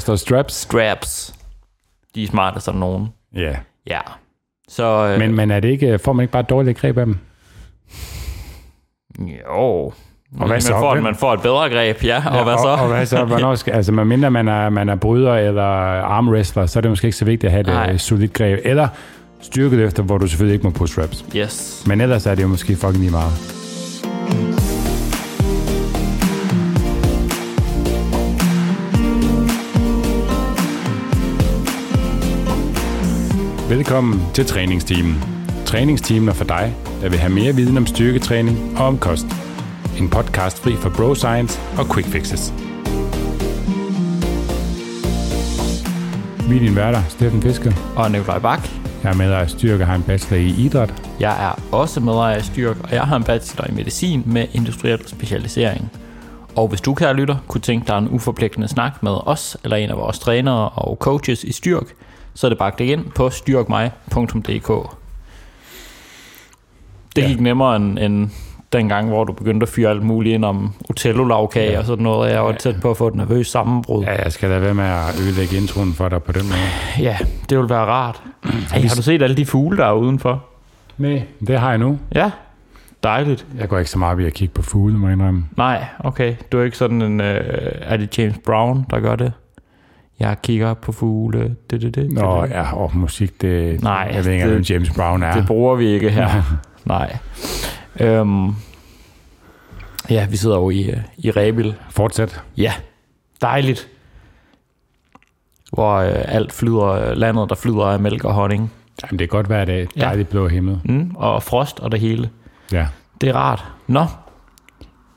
står straps. Straps. De er smartest af nogen. Ja. Ja. Så øh, Men, men er det ikke, får man ikke bare et dårligt greb af dem? jo. Og hvad man, så? Får, Hvem- man får et bedre greb, ja. Og ja, hvad så? Og, og hvad så? Hvornår skal, altså, medmindre man er, man er bryder eller armwrestler, så er det måske ikke så vigtigt at have et Nej. Nej. solidt greb. Eller styrkeløfter, hvor du selvfølgelig ikke må på straps. Yes. Men ellers er det jo måske fucking lige meget. Velkommen til træningsteamen. Træningsteamen er for dig, der vil have mere viden om styrketræning og om kost. En podcast fri for bro science og quick fixes. Vi er din værter, Steffen Fisker. Og Nikolaj Bak. Jeg er med af Styrke har en bachelor i idræt. Jeg er også medejer af Styrk, og jeg har en bachelor i medicin med industriel specialisering. Og hvis du, kære lytter, kunne tænke dig en uforpligtende snak med os, eller en af vores trænere og coaches i Styrk, så er det bare klik ind på styrkmig.dk. Det Ja. gik nemmere end, end dengang, hvor du begyndte at fyre alt muligt ind om Otello-lavkage ja. og sådan noget. og Jeg var tæt på at få et nervøst sammenbrud. Ja, Ja, jeg skal da være med at ødelægge introen for dig på den måde. ja det ville være rart. Hey, har du set alle de fugle, der er udenfor? Nej, det har jeg nu. Ja, dejligt. Jeg går ikke så meget ved at kigge på fugle, må jeg indrømme. Nej, okay. Du er ikke sådan en... Øh, er det James Brown, der gør det? Jeg kigger på fugle. Det, det, det. Nå, det, det. ja, og musik, det... Nej, Jeg ved ikke, det- hvem James Brown er. det bruger vi ikke her. Nej. Øhm, ja, vi sidder jo i, øh, i Rebil. Fortsæt. Ja, dejligt. Hvor øh, alt flyder, øh, landet der flyder af mælk og honning. Jamen, det er godt hver dag. Ja. Dejligt blå himmel. Mm, og frost og det hele. Ja. Det er rart. Nå,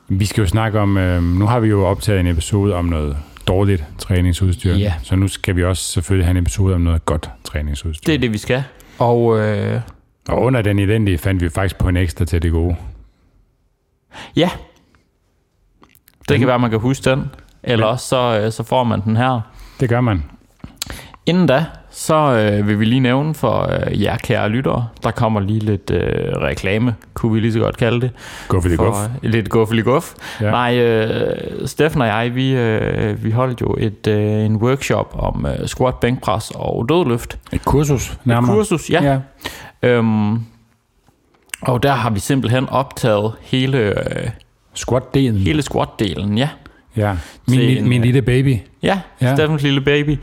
Vi skal jo snakke om... Øh, nu har vi jo optaget en episode om noget dårligt træningsudstyr. Ja. Så nu skal vi også selvfølgelig have en episode om noget godt træningsudstyr. det er det, vi skal. Og øh, Og under den elendige fandt vi faktisk på en ekstra til det gode. Ja. Det kan være, man kan huske den. Eller også så, øh, så får man den her. Det gør man. Inden da, så øh, vil vi lige nævne for øh, jer kære lyttere, der kommer lige lidt øh, reklame, kunne vi lige så godt kalde det. Gå for det guf. For, øh, lidt guff, lidt guff. Ja. Ja. Nej, øh, Steffen og jeg, vi, øh, vi holdt jo et, øh, en workshop om øh, squat, bænkpres og dødløft. Et kursus, nærmere. Kursus, ja. ja. Øhm, og der har vi simpelthen optaget hele, øh, Squat-delen. hele squat-delen, ja. Ja. Min, Til li- en, min øh, lille baby. Ja, Ja. ja. Steffens lille baby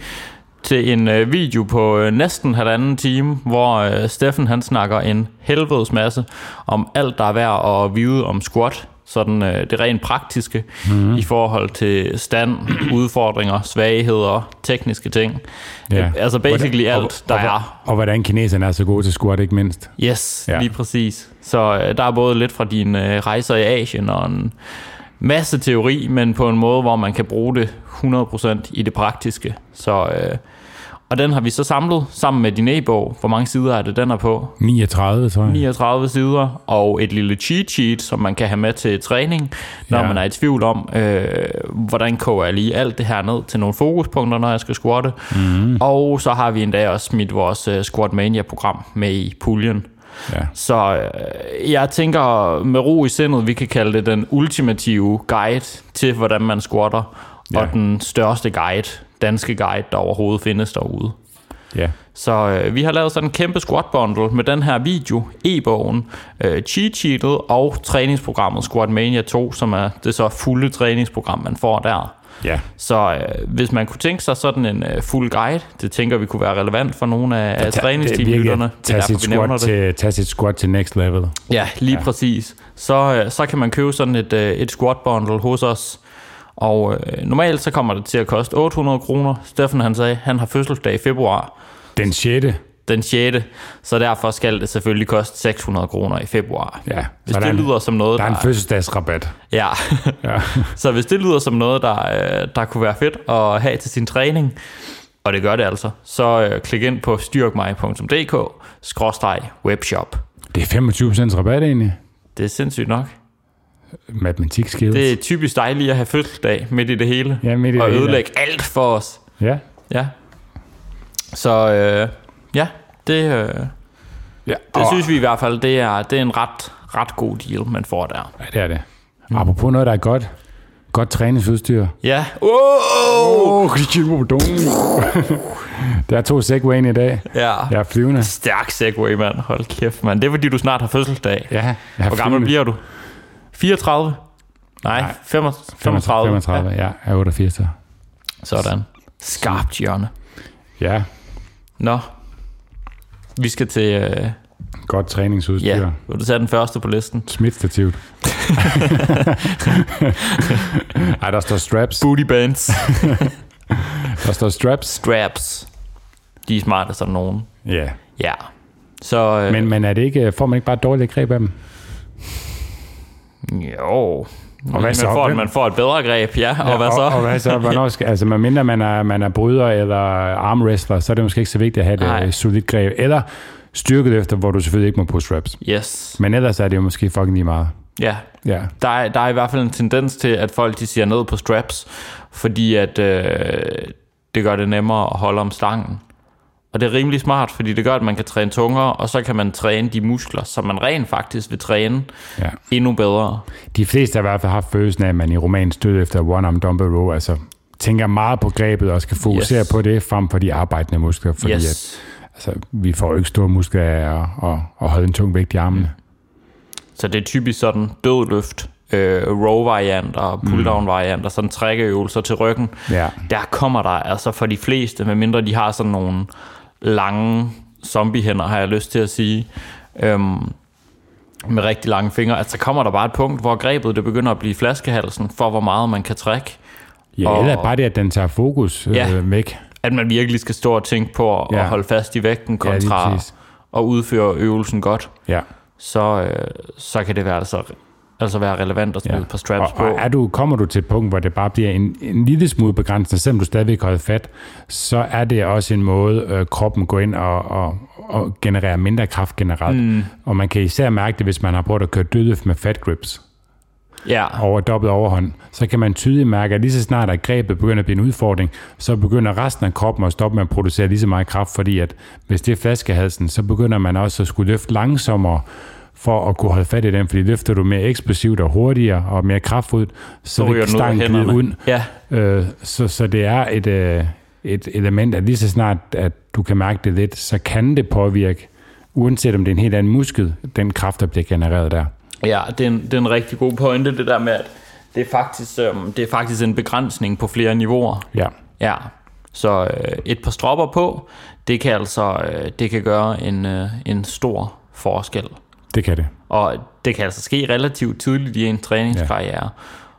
til en øh, video på øh, næsten halvanden time, hvor øh, Steffen han snakker en helvedes masse om alt, der er værd at vide om squat, sådan øh, det rent praktiske Mhm. mm-hmm. i forhold til stand, udfordringer, svagheder, tekniske ting. Ja. Ja. Øh, altså basically Hvordan- og- hvordan, alt, der og, hvor- er. Og hvordan kineserne er så gode til squat, ikke mindst. Yes, Ja. ja. lige præcis. Så øh, der er både lidt fra dine øh, rejser i Asien og en masse teori, men på en måde, hvor man kan bruge det 100% i det praktiske. Så, øh, og den har vi så samlet sammen med din e-bog. Hvor mange sider er det, den er på? Mm. 39, tror jeg. 39 sider, og et lille cheat sheet, som man kan have med til træning, når Ja. ja. man er i tvivl om, øh, hvordan koger jeg lige alt det her ned til nogle fokuspunkter, når jeg skal squatte. Mm. Og så har vi endda også smidt vores øh, Squatmania-program med i puljen. Ja. Så øh, jeg tænker med ro i sindet, vi kan kalde det den ultimative guide til, hvordan man squatter, ja. Ja. og den største guide, danske guide, der overhovedet findes derude. ja. Så øh, vi har lavet sådan en kæmpe squat bundle med den her video, e-bogen, øh, cheat sheetet og træningsprogrammet Squatmania 2, som er det så fulde træningsprogram, man får der. Ja. Så øh, hvis man kunne tænke sig sådan en øh, fuld guide, det tænker vi kunne være relevant for nogle af, af træningsteamlytterne. Tag sit, squat til, tag sit squat til next level. Ja, lige ja. præcis. Så, øh, så kan man købe sådan et, øh, et squat bundle hos os. Og øh, normalt så kommer det til at koste 800 kroner. Steffen han sagde, han har fødselsdag i februar Den sjette. den 6. Så derfor skal det selvfølgelig koste 600 kroner i februar. Ja. Hvis så der er det en- lyder som noget, Der der, er en fødselsdagsrabat. ja. Ja. så hvis det lyder som noget, der, øh, der kunne være fedt at have til sin træning, og det gør det altså, så øh, klik ind på styrkmej.dk-webshop. Det er 25% rabat egentlig. Det er sindssygt nok. Matematik skills. Det er typisk dejligt at have fødselsdag midt i det hele. Ja, midt i og det hele. ødelægge alt for os. Ja. Ja. Så øh, ja, det, øh, det ja. oh. synes vi i hvert fald, det er, det er en ret, ret god deal, man får der. Ja, det er det. Apropos noget, der er godt. Godt træningsudstyr. Ja. Oh! Åh, oh, Der er to segwayen i dag. Ja. Jeg er flyvende. Stærk segway, mand. Hold kæft, mand. Det er, fordi du snart har fødselsdag. Ja, jeg er Hvor gammel bliver du? 34? Nej, Nej. 35. 35? 35, 35. ja. Jeg er 88. så. Ja, sådan. Skarpt hjørne. Ja, Nå. Vi skal til... Øh, godt træningsudstyr. ja, vil du tage den første på listen? Smitstativt. Ej, der står straps. Booty bands. Der står straps. Straps. De er smarte som nogen. Ja. Ja. Så... Øh, Men, men er det ikke, får man ikke bare et dårligt greb af dem? Jo. Og hvad man, så? Får, Hvem- man får et bedre greb, ja. Og ja, hvad så? Og, og hvad så? Hvornår skal, altså, med mindre man er, man er bryder eller armwrestler, så er det måske ikke så vigtigt at have Nej. et øh, solidt greb. Eller styrkeløfter, hvor du selvfølgelig ikke må på straps. Yes. Men ellers er det jo måske fucking lige meget. Ja. Ja. Der er, der er i hvert fald en tendens til, at folk de siger ned på straps, fordi at øh, det gør det nemmere at holde om stangen. Og det er rimelig smart, fordi det gør, at man kan træne tungere, og så kan man træne de muskler, som man rent faktisk vil træne ja. endnu bedre. De fleste har i hvert fald haft følelsen af, at man i romanen stød efter one-arm dumbbell row, altså tænker meget på grebet og skal fokusere Yes. yes. på det, frem for de arbejdende muskler, fordi yes. at, yes. altså, vi får jo ikke store muskler af at, at, at holde en tung vægt i armene. Mm. Så det er typisk sådan død løft, øh, row-variant og Mm. pull-down-variant, og sådan trækkeøvelser til ryggen. Ja. Der kommer der altså for de fleste, medmindre de har sådan nogle lange zombiehænder, har jeg lyst til at sige, øhm, med rigtig lange fingre, altså kommer der bare et punkt, hvor grebet det begynder at blive flaskehalsen for, hvor meget man kan trække. ja Og- eller bare det, at den tager fokus øh, Ja. ja. væk. At man virkelig skal stå og tænke på at, ja. Ja. at holde fast i vægten Ja, lige kontra præcis. at udføre øvelsen godt, Ja. så, øh, så kan det være altså, altså være relevant at smide ja. ja. et par straps og, på. og er du, kommer du til et punkt, hvor det bare bliver en, en lille smule begrænsende, selvom du stadigvæk holder fat, så er det også en måde, øh, kroppen går ind og, og, og genererer mindre kraft generelt. Mm. Og man kan især mærke det, hvis man har prøvet at køre dødløft med fat grips. ja. over dobbelt overhånd, så kan man tydeligt mærke, at lige så snart at grebet begynder at blive en udfordring, så begynder resten af kroppen at stoppe med at producere lige så meget kraft, fordi at hvis det er flaskehalsen, så begynder man også at skulle løfte langsommere for at kunne holde fat i den, fordi løfter du mere eksplosivt og hurtigere og mere kraftfuldt, så, ryger vil den ud af stangen glide hænderne. ud. Ja. Øh, så, så det er et, øh, et element, at lige så snart, at du kan mærke det lidt, så kan det påvirke, uanset om det er en helt anden muskel, den kraft, der bliver genereret der. Ja, det er, en, det er en rigtig god pointe, det der med, at det er faktisk, øhm, det er faktisk en begrænsning på flere niveauer. Ja. Ja, så øh, et par stropper på, det kan altså øh, det kan gøre en, øh, en stor forskel. Det kan det. Og det kan altså ske relativt tidligt i en træningskarriere.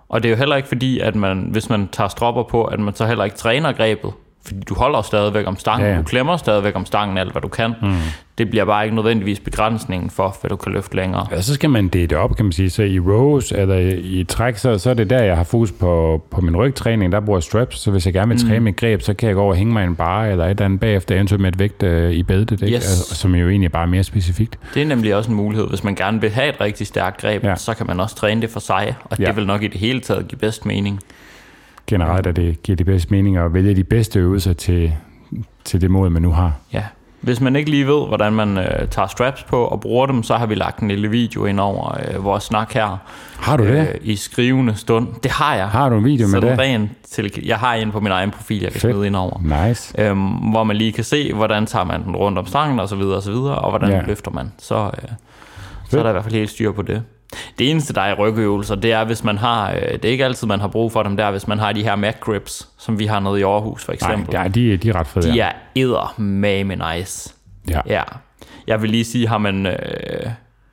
Og det er jo heller ikke fordi, at man, hvis man tager stropper på, at man så heller ikke træner grebet. Fordi du holder stadigvæk om stangen, ja, Ja, ja. ja. du klemmer stadigvæk om stangen alt, hvad du kan. Mm. Det bliver bare ikke nødvendigvis begrænsningen for, hvad du kan løfte længere. Ja, så skal man dele det op, kan man sige. Så i rows eller i, i træk, så, så er det der, jeg har fokus på, på min rygtræning. Der bruger jeg straps, så hvis jeg gerne vil Mm. træne mit greb, så kan jeg gå over og hænge mig i en bar eller et eller andet bagefter, eventuelt med et vægt øh, i bæltet, ikke? Yes. Altså, som jo egentlig bare er mere specifikt. Det er nemlig også en mulighed. Hvis man gerne vil have et rigtig stærkt greb, ja. Ja. så kan man også træne det for sig, og ja. Ja. det vil nok i det hele taget give bedst mening. Generelt er det, giver det bedst mening at vælge de bedste øvelser til, til det mål, man nu har. Ja. Hvis man ikke lige ved, hvordan man øh, tager straps på og bruger dem, så har vi lagt en lille video ind over øh, vores snak her Har du det? øh, i skrivende stund. Det har jeg. Har du en video med Sådan det? rent til, jeg har en på min egen profil, jeg kan Fedt. smide ind over. Nice. Øhm, hvor man lige kan se, hvordan tager man den rundt om stangen og så videre og så videre, og hvordan ja. Ja. løfter man. Så, øh, så er der i hvert fald helt styr på det. Det eneste, der er i rygøvelser, det er, hvis man har, øh, det er ikke altid, man har brug for dem der, hvis man har de her Mac grips, som vi har nede i Aarhus for Nej, eksempel. der, de, de er ret fede. de er eddermame nice. ja. ja. Ja. Jeg vil lige sige, har man, øh,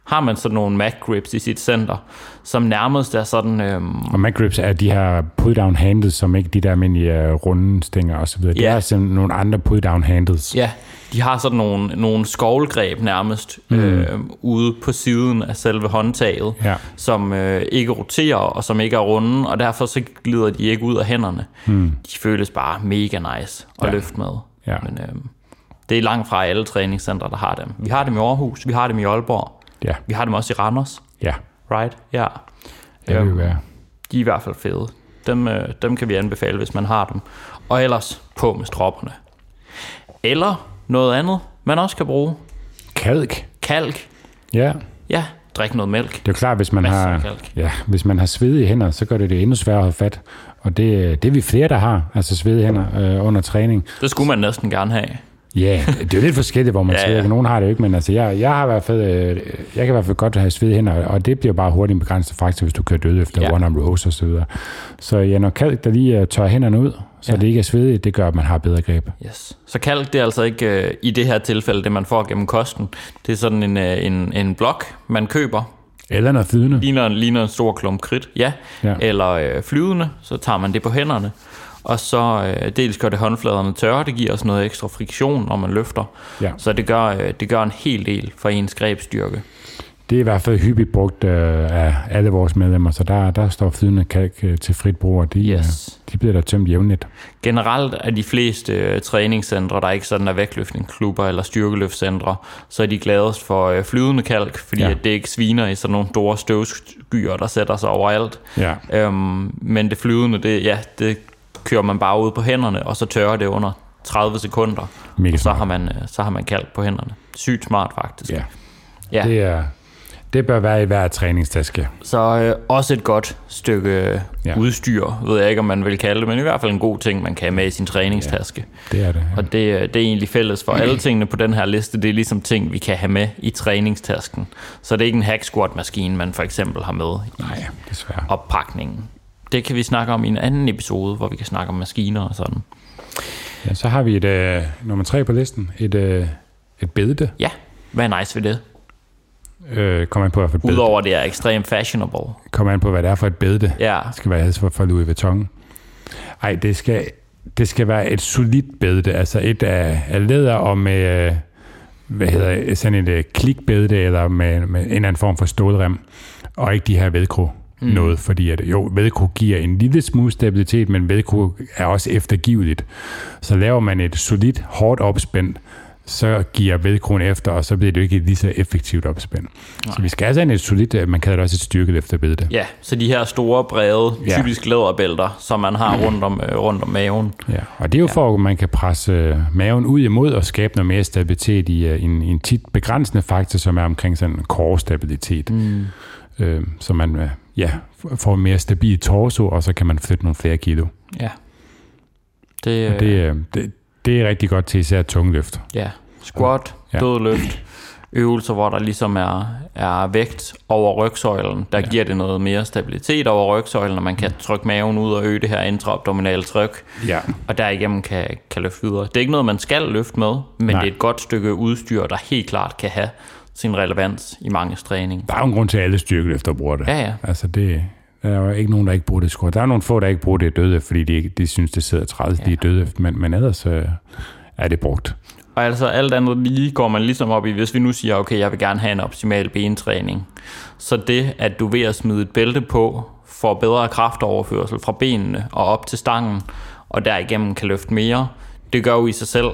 har man sådan nogle Mac grips i sit center, som nærmest er sådan, øh, Og Mac grips er de her pull-down handles, som ikke de der almindelige øh, runde stænger osv. Det Ja. er simpelthen nogle andre pull-down handles. Ja, de har sådan nogle, nogle skovlgreb nærmest mm. øh, ude på siden af selve håndtaget, Ja. som øh, ikke roterer og som ikke er runde, og derfor så glider de ikke ud af hænderne. Mm. De føles bare mega nice at ja. Ja. løfte med. Ja. Men øh, det er langt fra alle træningscentre, der har dem. Vi har dem i Aarhus, vi har dem i Aalborg, Ja. vi har dem også i Randers, Ja, right? Ja. Øhm, det vil jo være. de er i hvert fald fede. Dem, øh, dem kan vi anbefale, hvis man har dem. Og ellers på med stropperne. Eller noget andet, man også kan bruge. Kalk. Kalk. Ja, Ja, drikke noget mælk. Det er jo klart, hvis man, Masser af har, kalk. ja, hvis man har svedige hænder, så gør det det endnu sværere at holde fat. Og det, det er vi flere, der har, altså svedige hænder øh, under træning. Det skulle man næsten gerne have. Ja, yeah, det er jo lidt forskelligt, hvor man Ja, ja, sveder. ja. Nogen har det jo ikke, men altså, jeg, jeg, har i hvert fald, øh, jeg kan i hvert fald godt have svede hænder, og det bliver bare hurtigt en begrænset faktor, hvis du kører død efter Ja. ja. one-arm rows og så videre. Så ja, når kalk, der lige øh, tørrer hænderne ud, så Ja. ja. det ikke er svedigt, det gør, at man har bedre greb. Yes. Så kalk, det er altså ikke øh, i det her tilfælde, det man får gennem kosten. Det er sådan en, øh, en, en blok, man køber. Eller noget flydende. Ligner, ligner en stor klump kridt, ja. Ja. Eller øh, flyvende, så tager man det på hænderne. Og så øh, dels gør det håndfladerne tørre, det giver også noget ekstra friktion, når man løfter. Ja. Så det gør, øh, det gør en hel del for ens grebstyrke. Det er i hvert fald hyppigt brugt øh, af alle vores medlemmer, så der, der står flydende kalk øh, til frit brug, og de, Yes. øh, de bliver der tømt jævnligt. Generelt er de fleste øh, træningscentre, der ikke sådan er vægtløftningsklubber eller styrkeløftcentre, så er de gladest for øh, flydende kalk, fordi ja. Ja. at det ikke sviner i sådan nogle store støvskyer, der sætter sig overalt. Ja. Øhm, men det flydende, det, ja, det kører man bare ud på hænderne, og så tørrer det under 30 sekunder, Mega og så smart. har, man, øh, så har man kalk på hænderne. Sygt smart faktisk. Ja. Ja. Det, er, det bør være i hver træningstaske. Så øh, også et godt stykke ja. Ja. udstyr, ved jeg ikke, om man vil kalde det, men i hvert fald en god ting, man kan have med i sin træningstaske. Det er det. Og det, øh, det er egentlig fælles for alle tingene på den her liste. Det er ligesom ting, vi kan have med i træningstasken. Så det er ikke en hack squat maskine man for eksempel har med i Nej, desværre. oppakningen. Det kan vi snakke om i en anden episode, hvor vi kan snakke om maskiner og sådan. Ja, så har vi et øh, nummer tre på listen. Et, øh, et bedte. Ja, hvad er nice ved det? Øh, kommer an på, hvad for et bedte. Udover det er ekstremt fashionable. Kommer an på, hvad det er for et bedte. Ja. Ja, Det skal være helst for, for Louis Vuitton. Ej, det skal, det skal være et solidt bedte. Altså et af, af læder og med... Øh, hvad hedder det, sådan et øh, klikbælte eller med, med en eller anden form for stålrem, og ikke de her velcro noget, fordi at, jo, velcro giver en lille smule stabilitet, men velcro er også eftergiveligt. Så laver man et solidt, hårdt opspænd, så giver velcroen efter, og så bliver det jo ikke et lige så effektivt opspænd. Nej. Så vi skal have sådan et solidt, øh, man kalder det også et styrket efterbælte. ja, så de her store, brede, Ja. typisk læderbælter, som man har rundt om, øh, rundt om maven. Ja, og det er jo for, at man kan presse øh, maven ud imod og skabe noget mere stabilitet i øh, en, en tit begrænsende faktor, som er omkring sådan en core-stabilitet. Mm. Øh, så man øh, ja, f- får en mere stabil torso, og så kan man flytte nogle flere kilo. Ja. Det, øh, Det, øh, det, det er rigtig godt til især tungløft. Ja, squat, ja. Ja. dødløft, øvelser, hvor der ligesom er, er vægt over rygsøjlen. Der ja. giver det noget mere stabilitet over rygsøjlen, og man Mm. kan trykke maven ud og øge det her intraabdominale tryk, Ja. og derigennem kan, kan løfte videre. Det er ikke noget, man skal løfte med, men Nej. Nej. det er et godt stykke udstyr, der helt klart kan have sin relevans i mange træning. Der er jo en grund til, at alle styrkeløfter bruger det. Ja, ja. Altså det, der er jo ikke nogen, der ikke bruger det squat. Der er nogle få, der ikke bruger det i døde, fordi de, ikke- de synes, det sidder træls, ja. de er døde, men, men ellers øh, er det brugt. Og altså alt andet lige går man ligesom op i, hvis vi nu siger, okay, jeg vil gerne have en optimal bentræning. Så det, at du ved at smide et bælte på, får bedre kraftoverførsel fra benene og op til stangen, og derigennem kan løfte mere, det gør jo i sig selv,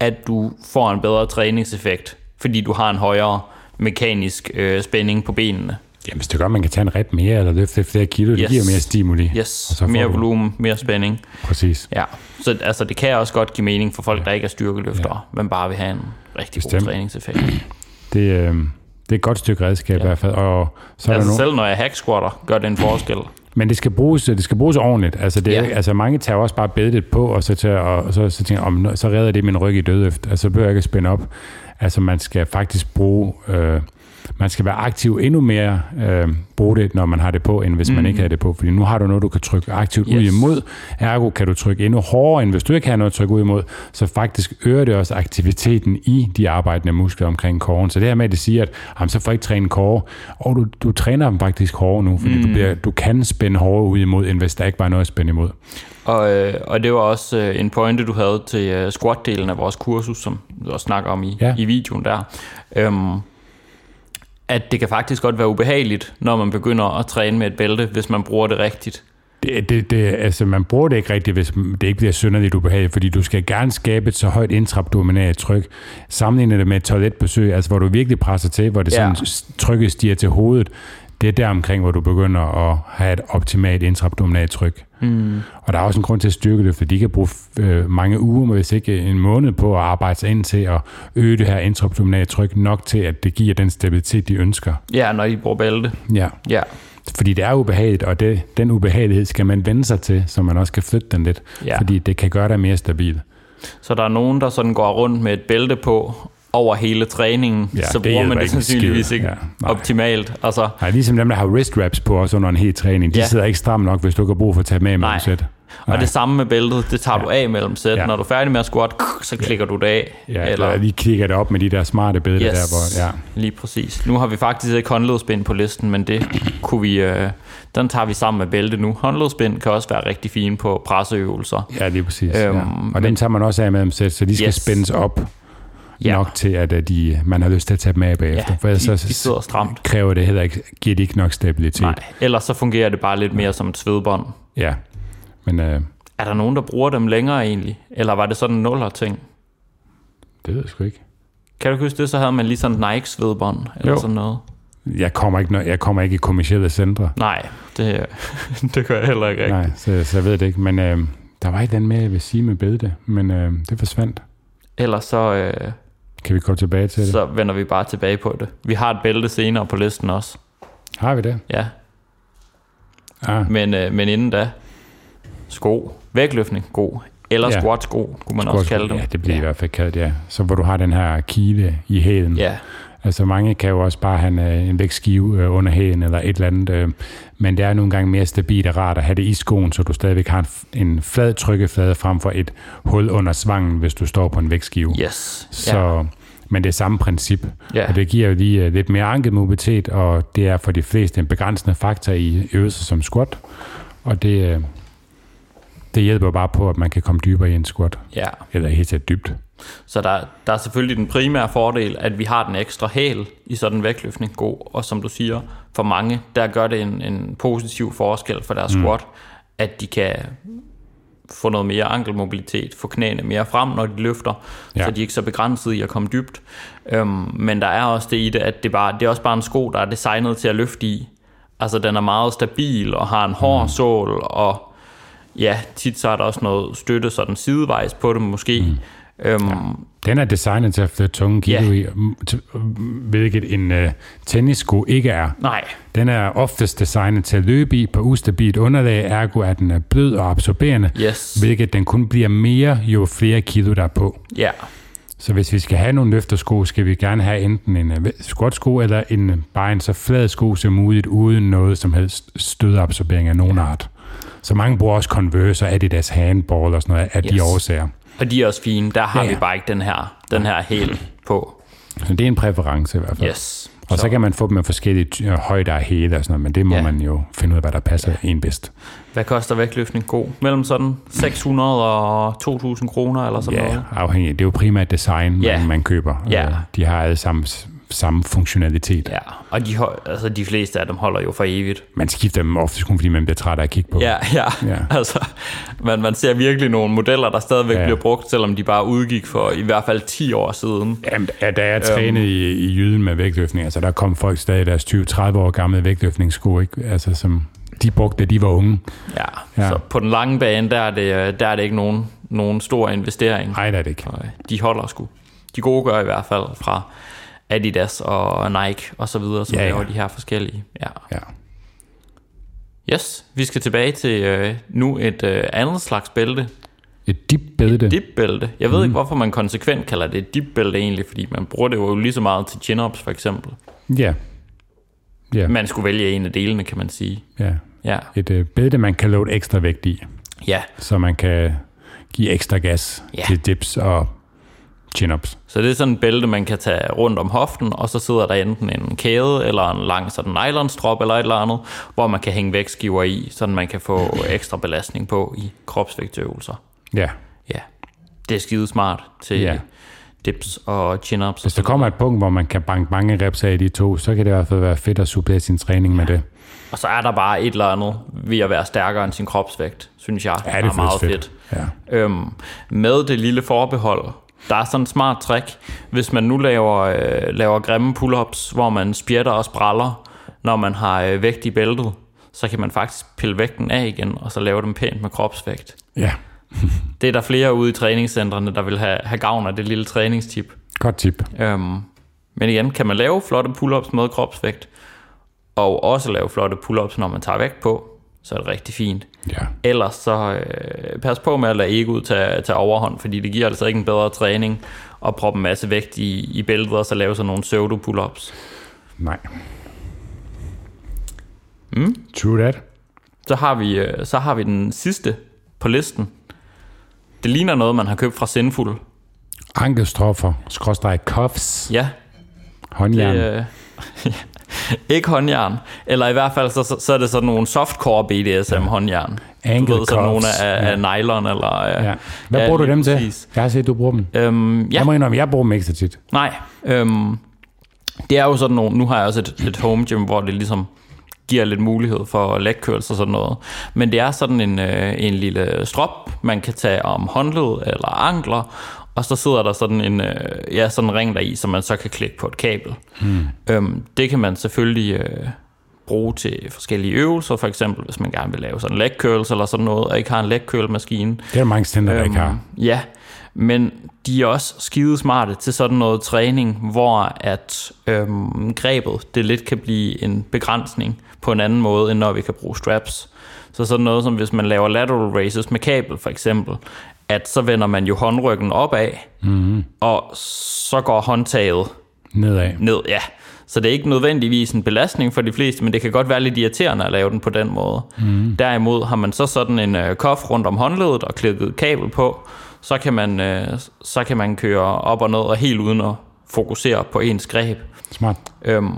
at du får en bedre træningseffekt, fordi du har en højere mekanisk øh, spænding på benene. Jamen, hvis det gør, at man kan tage en rep mere eller løfte flere kilo, yes. Yes. det giver mere stimuli. Og Yes, så får mere du- volumen, mere spænding. Præcis. Ja, så altså, det kan også godt give mening for folk, der ikke er styrkeløftere, men bare vil have en rigtig Bestemt. Bestemt. god træningseffekt. Det, øh, det er et godt stykke redskab ja. i hvert fald. Og så er der Altså nogen, selv når jeg hack squatter, gør det en forskel. men det skal, bruges, det skal bruges ordentligt. Altså, det er, Ja. ikke- altså mange tager også bare bæltet på, og så, tager, og så, så tænker om, så redder det min ryg i dødøft. Altså, så behøver jeg ikke at spænde op. Altså, man skal faktisk bruge... Øh, man skal være aktiv endnu mere, øh, bruge det, når man har det på, end hvis mm. man ikke har det på. Fordi nu har du noget, du kan trykke aktivt yes. ud Yes. imod. Ergo kan du trykke endnu hårdere, end hvis du ikke har noget at trykke ud imod. Så faktisk øger det også aktiviteten i de arbejdende muskler omkring kåren. Så det her med, at det siger, at jamen, så får jeg ikke træne kåre. Og du, du træner dem faktisk hårdere nu, fordi mm. du, bliver, du kan spænde hårdere ud imod, end hvis der ikke var noget at spænde imod. Og, øh, og det var også øh, en pointe, du havde til øh, squat-delen af vores kursus, som du også snakker om i, ja. Ja. i videoen der. Øhm, at det kan faktisk godt være ubehageligt, når man begynder at træne med et bælte, hvis man bruger det rigtigt. Det, det, det, altså, man bruger det ikke rigtigt, hvis det ikke bliver synderligt ubehageligt, fordi du skal gerne skabe et så højt intraabdominalt tryk. Sammenligne det med et toiletbesøg, altså hvor du virkelig presser til, hvor det Ja. sådan s- trykket stiger til hovedet. Det er der omkring, hvor du begynder at have et optimalt intraabdominalt tryk. Mm. Og der er også en grund til at styrke det, for de kan bruge øh, mange uger, men hvis ikke en måned på at arbejde sig ind til at øge det her intraabdominale tryk nok til, at det giver den stabilitet, de ønsker. Ja, når I bruger bælte. Ja. Ja. Fordi det er ubehageligt, og det, den ubehagelighed skal man vende sig til, så man også kan flytte den lidt, Ja. ja. fordi det kan gøre dig mere stabil. Så der er nogen, der sådan går rundt med et bælte på over hele træningen, Ja, ja, så det bruger hjælper man det ikke en sandsynligvis skid. ikke Ja, ja, nej. optimalt. Altså, Nej, ligesom dem, der har wrist wraps på også under en hel træning. De Ja. ja. sidder ikke stramt nok, hvis du ikke har brug for at tage med i Nej. momsæt. og det samme med bæltet, det tager ja. du af mellem sæt. Ja. Ja. Når du er færdig med at squat, så klikker du det af. Ja, eller lige kigger det op med de der smarte billeder yes. der, hvor... Ja. lige præcis. Nu har vi faktisk ikke håndledsbind på listen, men det kunne vi, øh, den tager vi sammen med bælte nu. Håndledsbind kan også være rigtig fine på presseøvelser. Ja, lige præcis. Øhm, Øhm, ja. Og dem tager man også af med dem selv, så de skal Yes. yes. spændes op Ja. ja. nok til, at øh, de, man har lyst til at tage dem af bagefter. Ja, For ellers de- så de sidder stramt. kræver det heller ikke, giver de ikke nok stabilitet. Nej, ellers så fungerer det bare lidt mere som et svedbånd. Ja. Men øh, Er der nogen, der bruger dem længere egentlig? Eller var det sådan en nuller-ting? det ved jeg sgu ikke. Kan du huske det? Så havde man lige sådan Nikes vedbånd eller jo. Jo. sådan noget. Jeg kommer ikke, når- jeg kommer ikke i kommersielle centre. Nej, det, øh, det gør jeg heller ikke rigtigt. Nej, så, så jeg ved det ikke. Men øh, der var et eller andet mere, jeg vil sige med bælte, men øh, det forsvandt. Ellers så, øh, Kan vi komme tilbage til det? Så. så vender vi bare tilbage på det. Vi har et bælte senere på listen også. Har vi det? Ja, Ah, men, øh, men inden da, sko. Vægtløftning, god. Eller ja. Ja. squat-sko, kunne man også kalde dem. Ja, det bliver ja. i hvert fald kaldt, ja. Så hvor du har den her kile i hælen. Ja, Altså mange kan jo også bare have en, øh, en vægtskive øh, under hælen eller et eller andet, øh, men det er nogle gange mere stabilt og rart at have det i skoen, så du stadigvæk har en, f- en flad trykkeflade frem for et hul under svangen, hvis du står på en vægtskive. yes. Så, ja. Men det er samme princip, Ja. og det giver jo lige øh, lidt mere ankemobilitet, og det er for de fleste en begrænsende faktor i øvelser som squat, og det, øh, det hjælper bare på, at man kan komme dybere i en squat, ja. eller helt tæt dybt. Så der, der er selvfølgelig den primære fordel, at vi har den ekstra hæl i sådan en vægtløftning god, og som du siger, for mange, der gør det en, en positiv forskel for deres mm. squat, at de kan få noget mere ankelmobilitet, få knæene mere frem, når de løfter, ja. Ja. så de er ikke så begrænset i at komme dybt. Øhm, men der er også det i det, at det, bare, det er også bare en sko, der er designet til at løfte i. Altså den er meget stabil og har en hård mm. sål, og ja, tit så er der også noget støtte sådan sidevejs på dem måske. Mm. Øhm, ja. Den er designet til at flytte tunge kilo Ja. yeah. i, m- t- hvilket en øh, tennissko ikke er. Nej, Den er oftest designet til at løbe i på ustabilt underlag, ergo er den øh, blød og absorberende, yes. hvilket den kun bliver mere, jo flere kilo der er på. Ja, Så hvis vi skal have nogle løftersko, skal vi gerne have enten en øh, squatsko eller en, øh, bare en så flad sko som muligt, uden noget som helst stødabsorbering af nogen art. Så mange bruger også Converse og Adidas Handball og sådan noget af yes. Yes. de årsager. og de er også fine. Der har Ja, ja, ja. ja. vi bare ikke den her, den her hæl på. Så det er en præference i hvert fald. Yes. Og så, så kan man få dem med forskellige ty- øh, højder af hæle og sådan noget, men det må Ja. ja. man jo finde ud af, hvad der passer ja. en bedst. Hvad koster vægtløftning god? Mellem sådan 600 og 2.000 kroner eller sådan Ja, noget. afhængig. Det er jo primært design, Ja. man, man køber. Ja. Øh, De har alle samme, samme funktionalitet. Ja, og de, hol- altså, de fleste af dem holder jo for evigt. Man skifter dem ofte kun, fordi man bliver træt af at kigge på dem. Ja, ja. ja. Ja. Altså, man, man ser virkelig nogle modeller, der stadigvæk ja. Ja. bliver brugt, selvom de bare udgik for i hvert fald 10 år siden. Jamen, ja, da jeg trænede i, i jyden med vægtløftning, altså der kom folk stadig i deres 20-30 år gamle vægtløftningssko, ikke? Altså, som de brugte, da de var unge. Ja. ja. Ja. Så på den lange bane, der er det, øh, der er det ikke nogen, nogen stor investering. Nej, det er det ikke. Og, øh, de holder sgu. De gode gør i hvert fald fra Adidas og Nike og så videre, som ja, Ja, ja. ja. laver de her forskellige. Ja. Ja. Yes, vi skal tilbage til øh, nu et øh, andet slags bælte. Et dybt bælte. Dip-bælte. Jeg ved mm. ikke, hvorfor man konsekvent kalder det et dip-bælte egentlig, fordi man bruger det jo lige så meget til chin-ups for eksempel. Ja. Ja. Man skulle vælge en af delene, kan man sige. ja. Ja, Et øh, bælte, man kan låne ekstra vægt i. ja. så man kan give ekstra gas Ja. ja. til dips og chin-ups. Så det er sådan en bælte, man kan tage rundt om hoften, og så sidder der enten en kæde eller en lang sådan nylonstrop eller et eller andet, hvor man kan hænge vægtskiver i, så man kan få ekstra belastning på i kropsvægtøvelser. Ja. Ja, det er skide smart til ja. Ja. dips og chin-ups. Hvis der kommer et punkt, hvor man kan banke mange reps af i de to, så kan det i hvert fald være fedt at supplere sin træning med det. Og så er der bare et eller andet ved at være stærkere end sin kropsvægt, synes jeg. Ja, det er føles meget fedt. fedt. fedt. Ja. Øhm, med det lille forbehold, der er sådan et smart trick, hvis man nu laver, øh, laver grimme pull-ups, hvor man spjætter og spræller, når man har øh, vægt i bæltet, så kan man faktisk pille vægten af igen, og så lave dem pænt med kropsvægt. Ja, Det er der flere ude i træningscentrene, der vil have, have gavn af det lille træningstip. godt tip. Øhm, men igen, kan man lave flotte pull-ups med kropsvægt, og også lave flotte pull-ups, når man tager vægt på, så er det rigtig fint. Ja. Ellers så øh, pas på med at lade egoet tage, tage overhånd, fordi det giver altså ikke en bedre træning at proppe en masse vægt i, i bæltet og så lave sådan nogle pseudo-pull-ups. Nej. Mm. True that. Så har, vi, øh, så har vi den sidste på listen. Det ligner noget, man har købt fra Sinful. Ankelstroffer, skråstreg, cuffs, Ja, håndjern. Det, øh, ikke håndjern. Eller i hvert fald, så, så, så er det sådan nogle softcore BDSM-håndjern. Ankle du ved, sådan nogle cuffs. af, af nylon eller... øh, Ja. Hvad bruger du lige dem til? præcis. Jeg har set, du bruger dem. Øhm, ja, Jeg må indrømme, jeg bruger dem ikke så tit. nej. Øhm, det er jo sådan nogle... Nu har jeg også et, et home gym, hvor det ligesom giver lidt mulighed for lægkørelse og sådan noget. Men det er sådan en, øh, en lille strop, man kan tage om håndled eller ankler, og så sidder der sådan en, øh, ja, sådan en ring der i, som man så kan klikke på et kabel. Hmm. Øhm, det kan man selvfølgelig øh, bruge til forskellige øvelser, for eksempel hvis man gerne vil lave sådan en leg curls eller sådan noget, og ikke har en leg curl maskine, Det er der mange stænder, der Øhm. ikke har. Ja, men de er også skide smarte til sådan noget træning, hvor at øhm, grebet det lidt kan blive en begrænsning på en anden måde, end når vi kan bruge straps. Så sådan noget som hvis man laver lateral raises med kabel for eksempel, at så vender man jo håndryggen opad, mm-hmm. og så går håndtaget Nedad. ned, ja. Så det er ikke nødvendigvis en belastning for de fleste, men det kan godt være lidt irriterende at lave den på den måde. Mm. Derimod har man så sådan en øh, kof rundt om håndledet og klippet kabel på, så kan, man, øh, så kan man køre op og ned og helt uden at fokusere på ens greb. Smart. Øhm,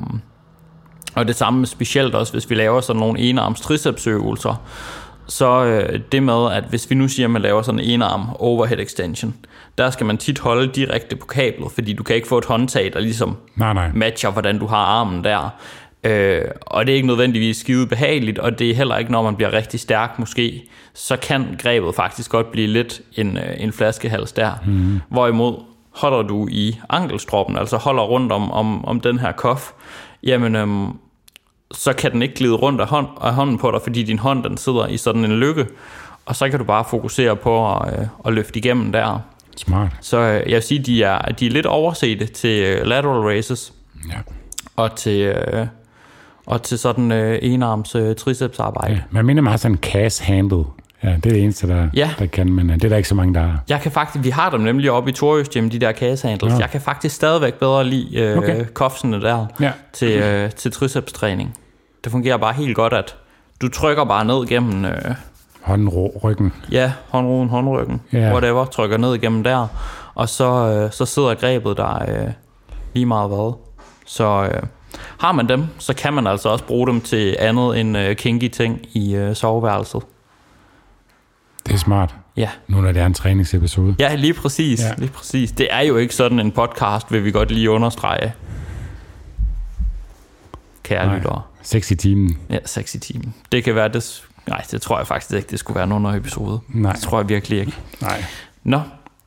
og det samme specielt også, hvis vi laver sådan nogle enarms tricepsøvelser. Så øh, det med, at hvis vi nu siger, at man laver sådan en enarm overhead extension, der skal man tit holde direkte på kablet, fordi du kan ikke få et håndtag, der ligesom Nej, nej. matcher, hvordan du har armen der. Øh, og det er ikke nødvendigvis skide behageligt, og det er heller ikke, når man bliver rigtig stærk måske, så kan grebet faktisk godt blive lidt en, øh, en flaskehals der. Mm. Hvorimod holder du i ankelstroppen, altså holder rundt om, om, om den her kof, jamen øhm, så kan den ikke glide rundt af, hånd, af hånden på dig, fordi din hånd den sidder i sådan en lykke, og så kan du bare fokusere på at, øh, at løfte igennem der. Smart. Så øh, jeg vil sige, de er, de er lidt oversete til øh, lateral raises Ja. og til, øh, og til sådan øh, enarms øh, tricepsarbejde. Ja, Man minder, man har sådan en cash handle. Ja, det er det eneste, der, Ja. der kan, men øh, det er der ikke så mange, der har. Jeg kan faktisk, vi har dem nemlig oppe i Torjøs Gym, de der kassehandles. Nå. Jeg kan faktisk stadigvæk bedre lide øh, Okay. okay. kofsene der Ja. til, øh, til tricepstræning. Det fungerer bare helt godt, at du trykker bare ned gennem øh, Hånden, ro, ryggen. ja, håndruden, håndryggen, Ja. yeah. whatever, trykker ned igennem der, og så, øh, så sidder grebet der øh, lige meget hvad. Så øh, har man dem, så kan man altså også bruge dem til andet end øh, kinky ting i øh, soveværelset. Det er smart. Ja. Nu når det er en træningsepisode. Ja, lige præcis, Ja. ja. lige præcis. Det er jo ikke sådan en podcast, vil vi godt lige understrege. Kære Nej. lyttere. 6 i timen. Ja, 6 i timen. Det kan være, det... Nej, det tror jeg faktisk ikke, det skulle være nogen episode. Nej. Det tror jeg virkelig ikke. Nej. Nå,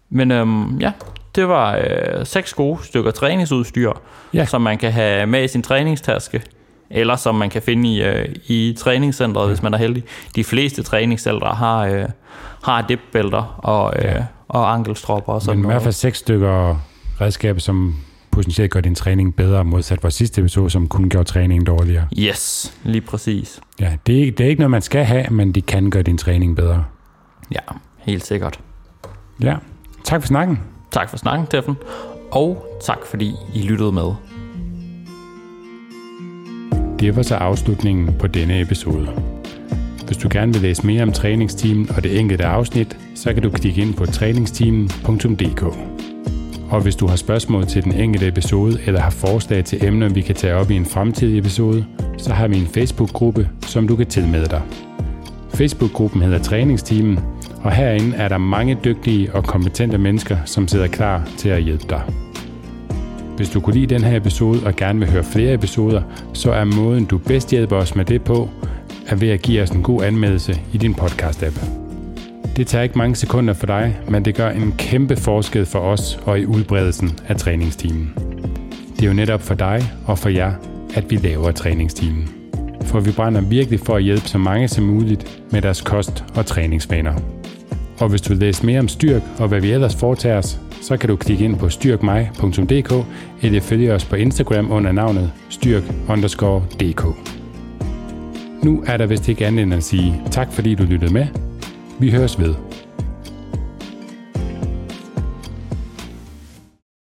men øhm, ja, det var øh, seks gode stykker træningsudstyr, Ja. ja. som man kan have med i sin træningstaske, eller som man kan finde i, øh, i træningscentret, hvis man er heldig. De fleste træningscentre har, øh, har dipbælter og, øh, Ja. ja. og ankelstropper og sådan Men i noget. hvert fald seks stykker redskaber, som potentielt gør din træning bedre, modsat vores sidste episode, som kun gjorde træningen dårligere. Yes, lige præcis. Ja, det er, ikke, det er ikke noget, man skal have, men de kan gøre din træning bedre. Ja, helt sikkert. Ja. Tak for snakken. Tak for snakken, Steffen, og tak fordi I lyttede med. Det var så afslutningen på denne episode. Hvis du gerne vil læse mere om træningsteamen og det enkelte afsnit, så kan du klikke ind på træningsteamen.dk. Og hvis du har spørgsmål til den enkelte episode eller har forslag til emner, vi kan tage op i en fremtidig episode, så har vi en Facebook-gruppe, som du kan tilmelde dig. Facebook-gruppen hedder Træningsteamen, og herinde er der mange dygtige og kompetente mennesker, som sidder klar til at hjælpe dig. Hvis du kunne lide den her episode og gerne vil høre flere episoder, så er måden, du bedst hjælper os med det på, er ved at give os en god anmeldelse i din podcast-app. Det tager ikke mange sekunder for dig, men det gør en kæmpe forskel for os og i udbredelsen af træningstimen. Det er jo netop for dig og for jer, at vi laver træningstimen. For vi brænder virkelig for at hjælpe så mange som muligt med deres kost og træningsvaner. Og hvis du vil læse mere om Styrk og hvad vi ellers foretager os, så kan du klikke ind på styrkmej.dk eller følge os på Instagram under navnet styrk_dk. Nu er der vist ikke andet end at sige tak fordi du lyttede med. Vi høres ved.